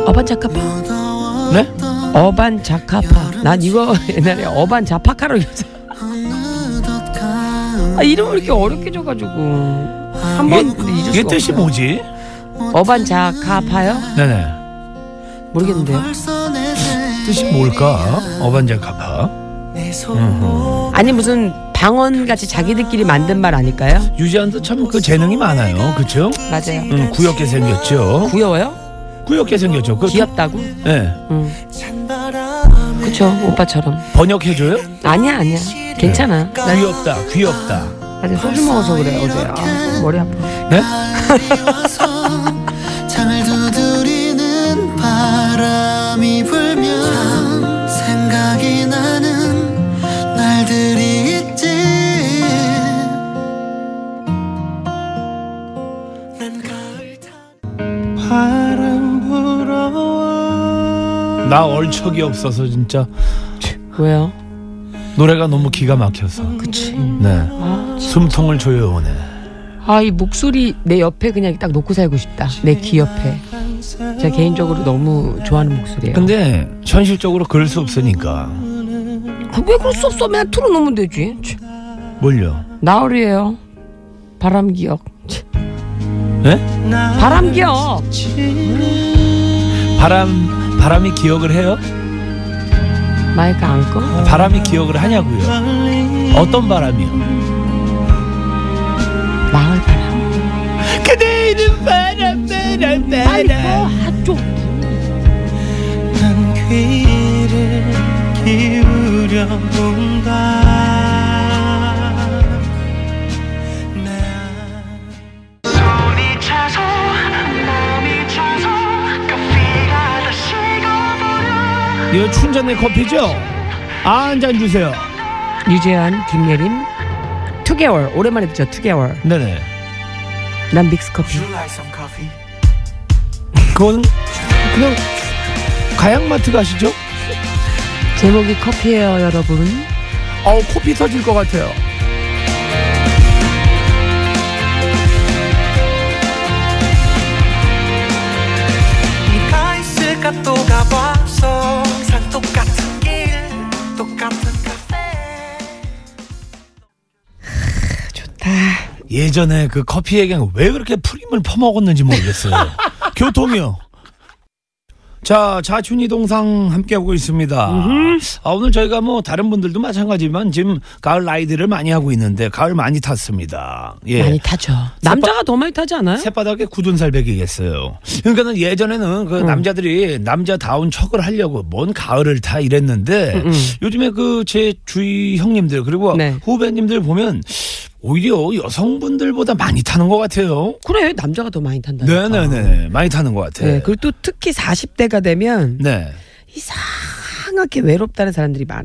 어반 자카파
네?
어반 자카파 난 이거 [LAUGHS] 옛날에 어반 자파카로 읽었어 아 이름을 이렇게 어렵게 줘가지고 한번 잊을
이게
수가
뜻이
없어요.
뭐지?
어반 자카파요?
네네.
모르겠는데요
뜻이 뭘까? 어반자카파.
아니 무슨 방언같이 자기들끼리 만든 말 아닐까요?
유지한도 참 그 재능이 많아요. 그쵸?
맞아요
음, 구역게 생겼죠.
구여워요?
구역게 생겼죠. 그
귀엽다고?
예.
응 그쵸 오빠처럼
번역해줘요?
아니야 아니야 괜찮아 나
귀엽다, 귀엽다.
아직 소주 먹어서 그래 어제 아, 머리 아파
네?
창을 두드리는 바람이 불면 생각이 나는 날들이 있지 난 가을 타 바람 불어와
나 얼척이 없어서 진짜
왜요?
노래가 너무 기가 막혀서.
그치
네.
아,
숨통을 조여오네.
아, 이 목소리 내 옆에 그냥 딱 놓고 살고 싶다 내 귀 옆에 제가 개인적으로 너무 좋아하는 목소리예요
근데 현실적으로 그럴 수 없으니까.
아, 왜 그럴 수 없어 맨날 틀어놓으면 되지 치,
뭘요?
나얼이에요 바람기억 치,
네?
바람기억
바람, 바람이 기억을 해요?
마이크 안 꺼?
바람이 기억을 하냐고요? 어떤 바람이요?
마을 바람
그대는 바람, 바람,
빨리 꺼 하쪽
난 귀를 기울여 본다
이거 춘전의 커피죠? 아, 한 잔 주세요.
유재환 김예림 2개월 오랜만에 듣죠 2개월
네네.
난 믹스커피
그건 그냥 가양마트 가시죠?
제목이 커피예요 여러분
어우, 코피 터질 것 같아요.
네가 있을까 또 가봐서 항상 똑같은 길 똑같은 카페
예전에 그 커피 얘기는 왜 그렇게 프림을 퍼먹었는지 모르겠어요. 교통이요. 자, 자춘이 동상 함께하고 있습니다. 아, 오늘 저희가 뭐 다른 분들도 마찬가지지만 지금 가을 라이드를 많이 하고 있는데 가을 많이 탔습니다. 예.
많이 타죠 남자가 더 많이 타지 않아요?
새바닥에 굳은 살배기겠어요. 그러니까는 예전에는
음.
그 남자들이 남자다운 척을 하려고 뭔 가을을 타 이랬는데
음, 음.
요즘에 그 제 주위 형님들 그리고
네.
후배님들 보면 오히려 여성분들보다 많이 타는 것 같아요.
그래 남자가 더 많이 탄다
네네네 많이 타는 것 같아.
네,
네,
그리고 또 특히 40대가 되면
네.
이상하게 외롭다는 사람들이 많아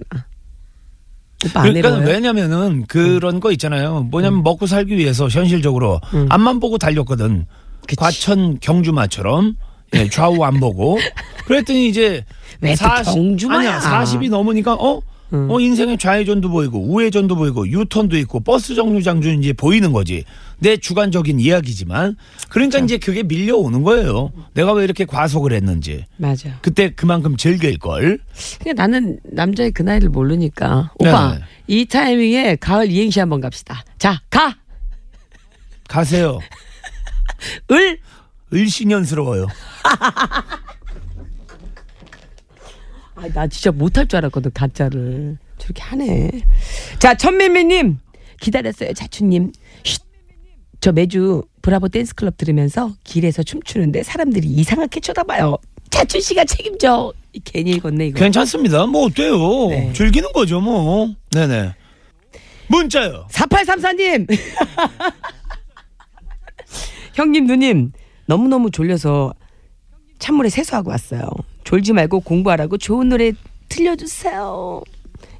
오빠 안
그러니까
외로워요?
왜냐면은 그런 거 있잖아요. 뭐냐면 먹고 살기 위해서 현실적으로
음.
앞만 보고 달렸거든.
그치.
과천 경주마처럼
[LAUGHS]
예, 좌우 안 보고. 그랬더니 이제
왜또 경주마야?
아니야
음.
40이 넘으니까 어 어 인생의 좌회전도 보이고 우회전도 보이고 유턴도 있고 버스 정류장도 이제 보이는 거지. 내 주관적인 이야기지만 그러니까 이제 그게 밀려오는 거예요. 내가 왜 이렇게 과속을 했는지.
맞아.
그때 그만큼 즐길 걸.
그냥 나는 남자의 그 나이를 모르니까
네.
오빠 이 타이밍에 가을 이행시 한번 갑시다. 자, 가. [LAUGHS]
가세요.
을.
을신연스러워요.
아, 나 진짜 못할 줄 알았거든 가짜를 저렇게 하네. 자 천미미님 기다렸어요 자춘님. 쉿. 저 매주 브라보 댄스 클럽 들으면서 길에서 춤추는데 사람들이 이상하게 쳐다봐요. 자춘 씨가 책임져. 이 괜히 읽었네 이거.
괜찮습니다. 뭐 어때요?
네.
즐기는 거죠, 뭐. 네네. 문자요.
4834님. [LAUGHS] 형님 누님 너무너무 졸려서 찬물에 세수하고 왔어요. 졸지 말고 공부하라고 좋은 노래 틀려주세요.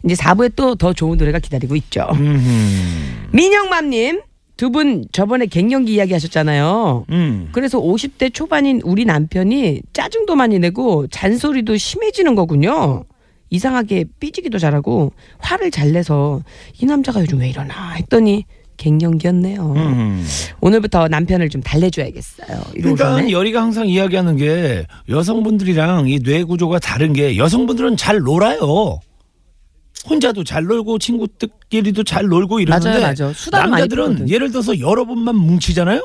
이제 4부에 또 더 좋은 노래가 기다리고 있죠.
음.
민영맘님 두 분 저번에 갱년기 이야기 하셨잖아요.
음.
그래서 50대 초반인 우리 남편이 짜증도 많이 내고 잔소리도 심해지는 거군요. 이상하게 삐지기도 잘하고 화를 잘 내서 이 남자가 요즘 왜 이러나 했더니 갱년기였네요.
음.
오늘부터 남편을 좀 달래줘야겠어요. 이러고
그러니까
그러네.
여리가 항상 이야기하는 게 여성분들이랑 이 뇌 구조가 다른 게 여성분들은 잘 놀아요. 혼자도 잘 놀고 친구들끼리도 잘 놀고 이러는데
맞아요, 맞아요. 수다를 많이
남자들은
푸거든. 음.
예를 들어서 여러 번만 뭉치잖아요.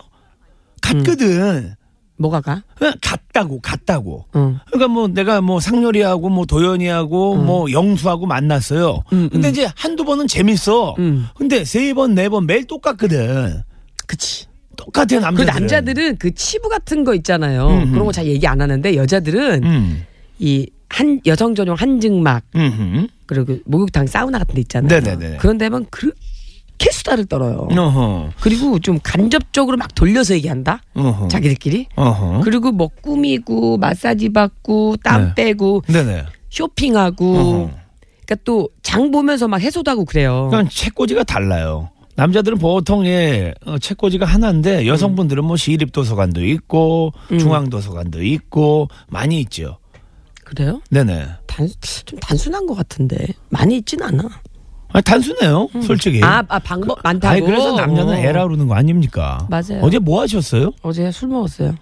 같거든.
뭐가 어. 가?
그냥 같다고 같다고.
응.
그러니까 뭐 내가 뭐 상렬이하고 뭐 도연이하고
음.
뭐 영수하고 만났어요. 근데 이제 한두 번은 재밌어.
음.
근데 세 번 네 번 매일 똑같거든.
그치.
똑같아
그
남자들.
남자들은 그 치부 같은 거 있잖아요. 그런 거 잘 얘기 안 하는데 여자들은
음.
이 한 여성 전용 한증막
음.
그리고 목욕탕 사우나 같은 데 있잖아요.
네네네. 음.
그런 데면 그렇게 수다를 떨어요.
어허.
그리고 좀 간접적으로 막 돌려서 얘기한다.
어허.
자기들끼리.
어허.
그리고 뭐 꾸미고 마사지 받고 땀
네.
빼고
네네.
쇼핑하고
어허.
그러니까 또 장 보면서 막 해소도 하고 그래요.
그러니까 책꽂이가 달라요. 남자들은 보통 예 어, 책꽂이가 하나인데 여성분들은 뭐 시립도서관도 있고
음.
중앙도서관도 있고 많이 있죠.
그래요?
네네.
단, 좀 단순한 것 같은데 많이 있진 않아.
아, 단순해요, 솔직히.
아, 아, 방법 많다고.
아니 그래서 남자는
어.
애라 그러는 거 아닙니까?
맞아요.
어제 뭐 하셨어요?
어제 술 먹었어요.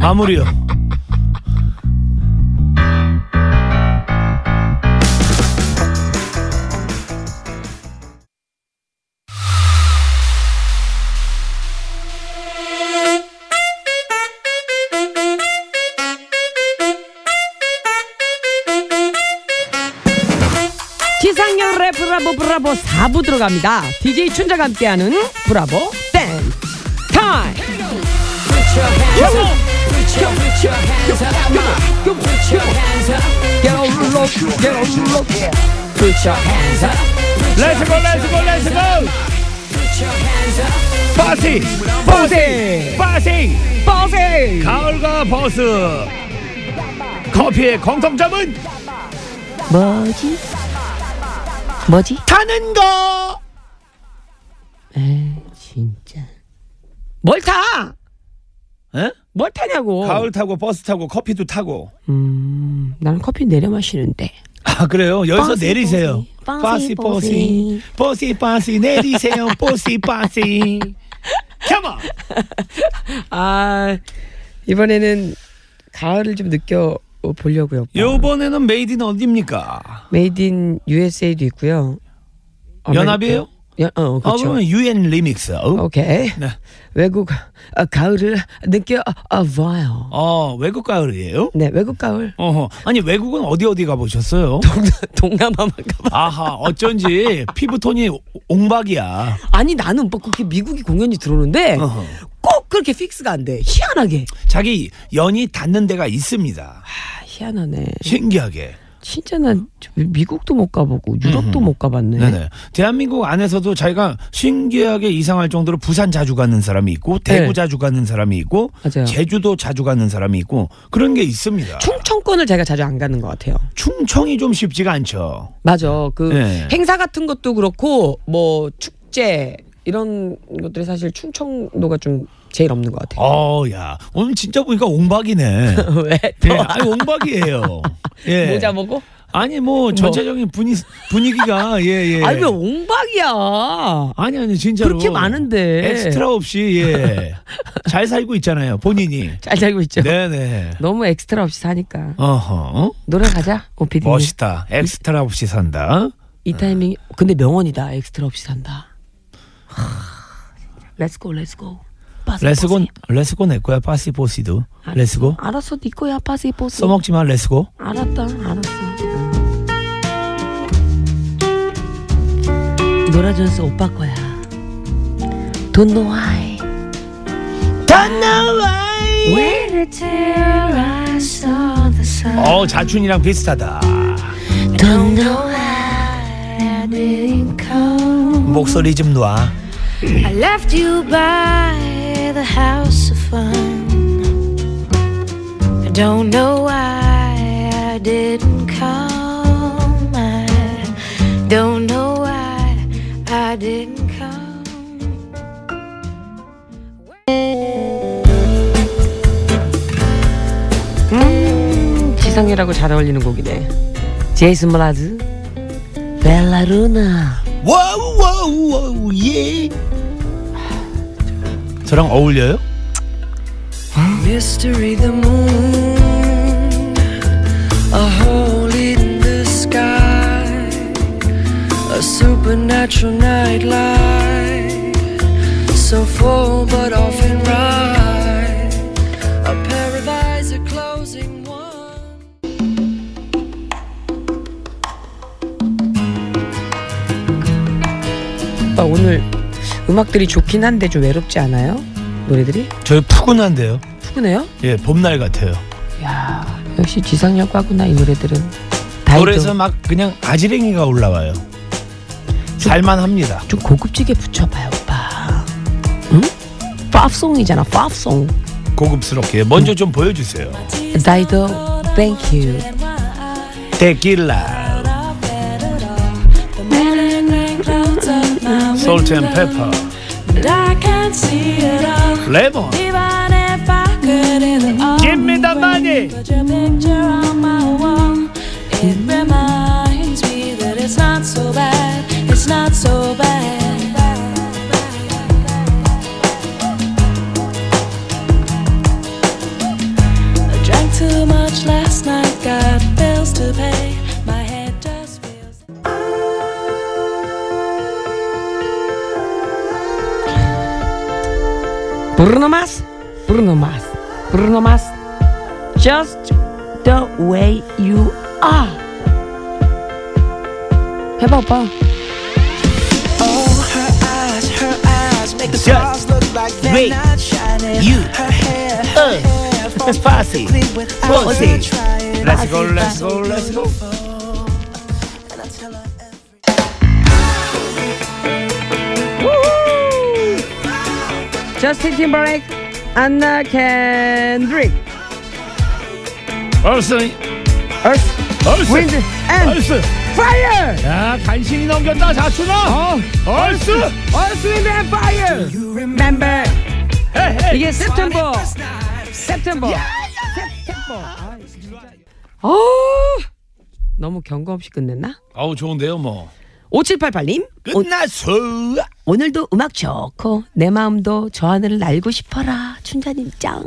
마무리요.
지상렬 의 브라보 브라보 4부 들어갑니다. DJ 춘자가 함께하는 브라보 댄스 타임.
렛츠고 렛츠고 렛츠고 파티 파티 파티
버세
가을과 버스 커피의 공통점은
뭐지? 뭐지?
타는 거
에 진짜 뭘 타?
에?
뭘 타냐고?
가을 타고 버스 타고 커피도 타고
음, 나는 커피 내려 마시는데.
아 그래요 여기서
버스,
내리세요
버스. 버스,
버스 버스 버스 내리세요 버스
[LAUGHS]
버스 컴온
아 이번에는 가을을 좀 느껴 보려고요.
요번에는 메이드는 어디입니까
메이드 인 USA도 있고요. 아메리카-
연합이에요?
연-
아
어, 그렇죠.
그러면 UN 리믹스 어?
오케이. 외국 아, 가을을 느껴 아, 봐요.
어 외국 가을이에요
네, 외국 가을. [LAUGHS]
어허 아니 외국은 어디 어디 가보셨어요
동남아만 가봐.
아하 어쩐지 피부톤이 오- 옹박이야
아니 나는 뭐 그렇게 미국이 공연이 들어오는데
어허.
꼭 그렇게 픽스가 안 돼. 희한하게.
자기 연이 닿는 데가 있습니다
아, 희한하네.
신기하게
진짜 난 미국도 못 가보고 유럽도 못 가봤네.
네네. 대한민국 안에서도 자기가 신기하게 이상할 정도로 부산 자주 가는 사람이 있고 대구
네.
자주 가는 사람이 있고
맞아요.
제주도 자주 가는 사람이 있고 그런 게 있습니다.
충청권을 제가 자주 안 가는 것 같아요.
충청이 좀 쉽지가 않죠.
맞아. 그
네.
행사 같은 것도 그렇고 뭐 축제 이런 것들이 사실 충청도가 좀 제일 없는 것 같아요.
어, 야 오늘 진짜 보니까 어, 옹박이네.
[LAUGHS] 왜? [LAUGHS]
예, 아니 옹박이에요. 예.
모자 보고?
아니 뭐 전체적인 분위 분위기가 예예.
아니 왜 옹박이야?
아니 아니 진짜로
그렇게 많은데.
엑스트라 없이 예. 잘 살고 있잖아요
[LAUGHS]
본인이.
잘 살고 있죠.
네네.
너무 엑스트라 없이 사니까.
어허.
노래 가자. 오피디.
멋있다. 엑스트라 없이 산다.
이 타이밍. 근데 명언이다. 엑스트라 없이 산다. 하, 진짜. 렛츠고 렛츠고. 빠스,
레스고
빠스.
레스고 내 거야 파시포시도.
알았어.
레스고
아, 알았어 네 거야 빠스 이뻐스.
써먹지 마 레스고.
알았다 알았어. 응. 노라 존스 오빠 거야. Don't know why. Don't know why.
Waited till I saw the sun.
어 자춘이랑 비슷하다.
Don't know why I didn't come.
목소리 좀 놔.
I left you by the house of fun. I don't know why I didn't come. I don't know why I didn't come.
지상렬하고 잘 어울리는 곡이네. 제이슨 브라즈. 벨라루나.
와우 와우 와우 예. 저랑 어울려요?
Mystery the moon, a hole in the sky, a supernatural night light, so full but often right. A paradise, a closing one.
아, 오빠 오늘 음악들이 좋긴 한데 좀 외롭지 않아요? 노래들이?
저희 푸근한데요.
푸근해요?
예 봄날 같아요.
야 역시 지상렬과구나 이 노래들은. 다이도
노래에서 막 그냥 아지랭이가 올라와요. 살만합니다.
좀 고급지게 붙여봐요 오빠. 응? 팝송이잖아 팝송.
고급스럽게 먼저 좀 보여주세요.
다이도 Thank you.
테킬라, 솔트 앤 페퍼, 레몬. Give me the money.
It's not so bad. I drank too much last night, got bills to pay. My head just feels.
브루노 마스, 브루노 마스, 브루노 마스. Just the way you are. 해봐 오빠.
Oh, her eyes, her eyes make the stars look like they're
wait.
not shining.
You.
Her hair,
[LAUGHS]
her
Uh.
hair falls
Fussy.
perfectly without
Fussy.
her trying.
Let's
I
go,
think
let's
I'm so
go, let's go.
beautiful. And I tell her every
저스틴 팀버레이크, 안나 캔드릭,
얼스,
얼스,
얼스,
윈드 앤
얼스.
파이어.
야 간신히 넘겼다 자춘아. 어? 얼스,
얼스 윈드 앤 파이어. Remember. 이게 September. September. 아, 어 너무 경고 없이 끝냈나?
아우 좋은데요 뭐.
5788님
끝났어.
오늘도 음악 좋고 내 마음도 저 하늘을 날고 싶어라 춘자님 짱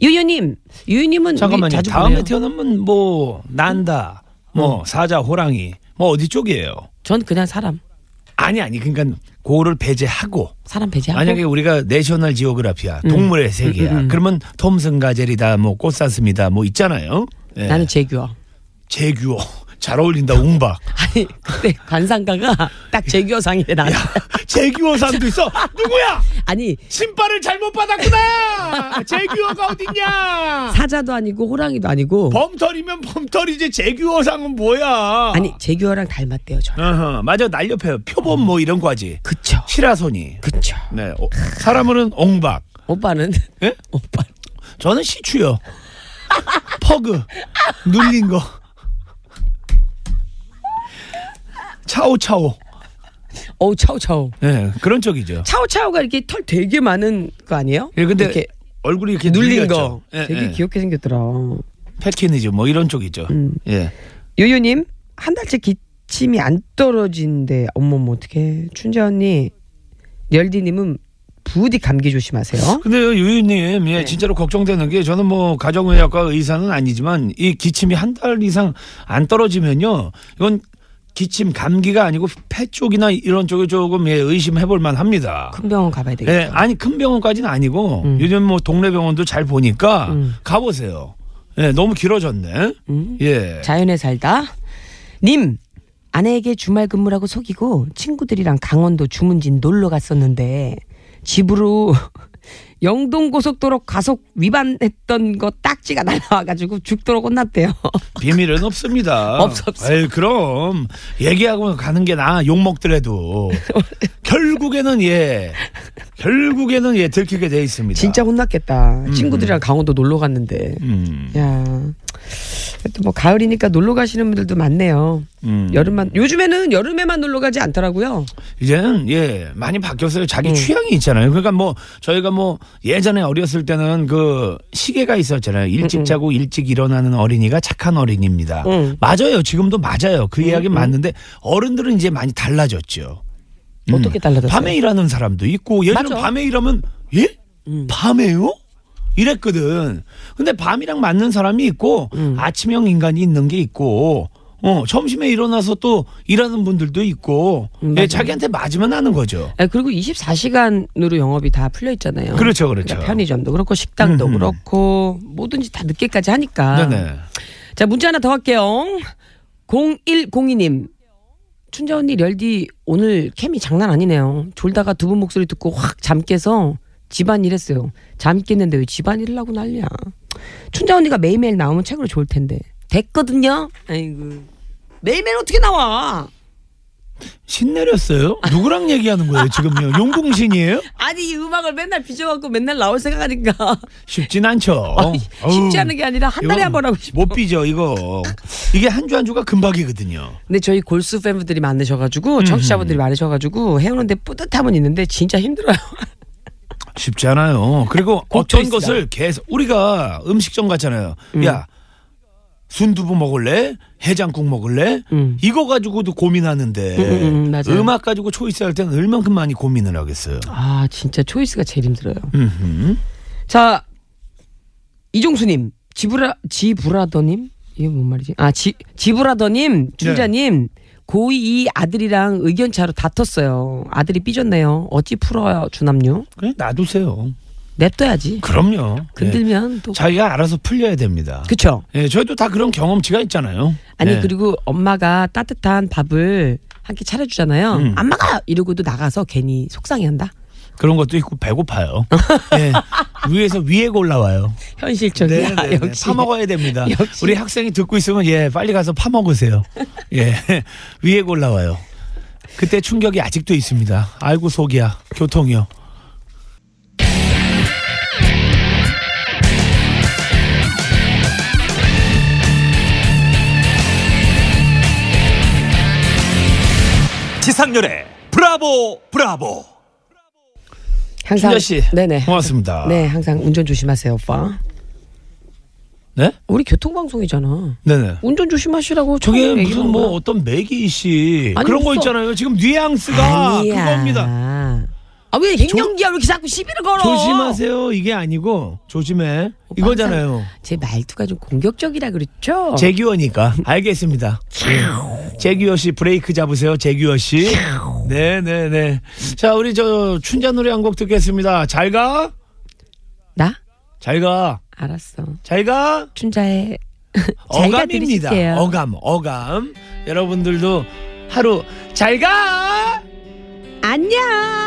유유님 유유님은 우리
잠깐만요.
자주
다음에
보내요. 음.
태어나면 뭐 난다, 뭐 사자, 호랑이, 뭐 어디 쪽이에요?
전 그냥 사람
아니 아니 그러니까 그거를 배제하고
사람 배제하고
만약에 우리가 내셔널 지오그래피야
음.
동물의 세계야 그러면 톰슨 가젤이다 뭐 꽃사슴이다 뭐 있잖아요 예.
나는 재규어
제규어 잘 어울린다 웅박
아니 그때 관상가가 딱 재규어상이래 나 [LAUGHS]
제규어 사람도 있어 누구야
아니
신발을 잘못 받았구나 제규어가 어딨냐
사자도 아니고 호랑이도 아니고
뭐? 범털이면 범털이지 제규어상은 뭐야
아니 재규어랑 닮았대요 저
어허, 맞아 날렵해요 표범 뭐 이런 거지
그쵸
시라소니
그쵸
네 어, 사람으로는 옹박
오빠는
예?
오빠
저는 시추요. 퍼그 눌린 거. 차오차오.
어우 차오차오
예, 그런 쪽이죠.
차오차오가 이렇게 털 되게 많은 거 아니에요?
예, 근데
이렇게
얼굴이 이렇게
눌린
눌렸죠. 예,
거 되게 귀엽게 생겼더라 음.
패키니즘 뭐 이런 쪽이죠. 예.
유유님 한 달째 기침이 안 떨어진데 어머머 어떻게 춘재 언니 열디님은 부디 감기 조심하세요. 네.
근데 유유님, 예, 진짜로 걱정되는 게 저는 뭐 가정의학과 의사는 아니지만 이 기침이 한 달 이상 안 떨어지면요, 이건 기침 감기가 아니고 폐 쪽이나 이런 쪽에 조금 예, 의심해볼 만합니다.
큰 병원 가봐야 그 되겠다. 음.
예, 아니 큰 병원까지는 아니고 요즘 뭐 동네 병원도 잘 보니까 가보세요. 예, 너무 길어졌네.
음.
예.
자연에 살다. 님 아내에게 주말 근무라고 속이고 친구들이랑 강원도 주문진 놀러 갔었는데 집으로 [LAUGHS] 영동 고속도로 가속 위반했던 거 딱지가 날라와가지고 죽도록 혼났대요. [LAUGHS]
비밀은 없습니다.
없어, 없어.
에이, 그럼 얘기하고 가는 게 나 욕
[LAUGHS]
먹더라도 결국에는 예, 결국에는 예 들키게 돼 있습니다.
진짜 혼났겠다. 친구들이랑 강원도 놀러 갔는데.
음,
야. 또 뭐 가을이니까 놀러 가시는 분들도 많네요.
음.
여름만 요즘에는 여름에만 놀러 가지 않더라고요.
이제는 예 많이 바뀌었어요.
음.
자기 취향이 있잖아요. 그러니까 뭐 저희가 뭐 예전에 어렸을 때는 그 시계가 있었잖아요. 일찍 자고 일찍 일어나는 어린이가 착한 어린이입니다.
음.
맞아요. 지금도 맞아요. 그 이야기 는 맞는데 어른들은 이제 많이 달라졌죠. 음.
어떻게 달라졌어요?
밤에 일하는 사람도 있고 예전
맞아. 음.
밤에 일하면 예 밤에요? 이랬거든. 근데 밤이랑 맞는 사람이 있고
음.
아침형 인간이 있는 게 있고 어 점심에 일어나서 또 일하는 분들도 있고
음,
예,
맞아요.
자기한테 맞으면 하는 거죠.
아, 그리고 24시간으로 영업이 다 풀려 있잖아요.
그렇죠, 그렇죠.
그러니까 편의점도 그렇고 식당도
음흠.
그렇고 뭐든지 다 늦게까지 하니까.
네네.
자 문자 하나 더 할게요. 0102님 춘자 언니 렬디 오늘 케미 장난 아니네요. 졸다가 두 분 목소리 듣고 확 잠 깨서 집안일 했어요. 잠 깼는데 왜 집안일을 하고 난리야. 춘자 언니가 매일매일 나오면 책으로 좋을 텐데. 됐거든요. 아이고 매일매일 어떻게 나와?
신내렸어요?
[LAUGHS]
누구랑 얘기하는 거예요 지금요? 용궁신이에요?
아니 이 음악을 맨날 빚어갖고 맨날 나올 생각하니까
쉽진
[LAUGHS]
않죠.
쉽지 않은 게 아니라 한 달에
어. 이건 뭐
한 번 하고 싶어.
못 삐죠 이거. 이게 한 주 한 주가 금박이거든요.
근데 저희 골수 팬분들이 많으셔가지고 청취자분들이 많으셔가지고 해오는데 뿌듯함은 있는데 진짜 [LAUGHS] 힘들어요.
쉽지 않아요. 그리고
곱쳐
어떤
있어요.
것을 계속 우리가 음식점 갔잖아요. 야 순두부 먹을래? 해장국 먹을래?
음.
이거 가지고도 고민하는데
음, 음, 음, 맞아요.
음악 가지고 초이스할 때는 얼만큼 많이 고민을 하겠어요.
아 진짜 초이스가 제일 힘들어요.
음흠.
자 이종수님 지브라 지브라더님 이게 뭔 말이지? 아지 지브라더님
네.
준자님 고이 아들이랑 의견 차로 다퉜어요. 아들이 삐졌네요. 어찌 풀어요 주남유?
그냥 놔두세요.
냅둬야지.
그럼요. 예.
건들면 또
네. 자기가 알아서 풀려야 됩니다.
그쵸?
예, 저희도 다 그런 경험치가 있잖아요.
아니
예.
그리고 엄마가 따뜻한 밥을 한 끼 차려주잖아요.
음.
안 먹어 이러고도 나가서 괜히 속상해한다.
그런 것도 있고 배고파요.
[LAUGHS]
예. 위에서 위에 올라와요.
현실적이야 역시.
네, 파 먹어야 됩니다.
역시.
우리 학생이 듣고 있으면 예 빨리 가서 파 먹으세요. 예 [LAUGHS] 위에 올라와요. 그때 충격이 아직도 있습니다. 아이고 속이야 교통이요.
지상렬의 브라보 브라보
항상
준자 씨,
네네.
고맙습니다.
네 항상 운전 조심하세요 오빠.
네?
우리 교통방송이잖아.
네네.
운전 조심하시라고
저게
처음에
무슨
얘기한
뭐
네, 거야.
어떤 매기 씨
아니,
그런 거
없어.
있잖아요. 지금 뉘앙스가
아니야.
그겁니다.
아 왜 갱년기야 왜 이렇게 자꾸 시비를 걸어? 어,
조심하세요. 이게 아니고 조심해. 이거잖아요.
제 말투가 좀 공격적이라 그랬죠?
재규어니까 알겠습니다. 재규어 씨 브레이크 잡으세요. 재규어 씨. 네네네. 자 우리 저 춘자 노래 한 곡 듣겠습니다. 잘 가.
나
잘 가.
알았어.
잘 가.
춘자의 [LAUGHS] 잘가
어감입니다.
들으실게요.
어감 어감. 여러분들도 하루 잘 가.
안녕.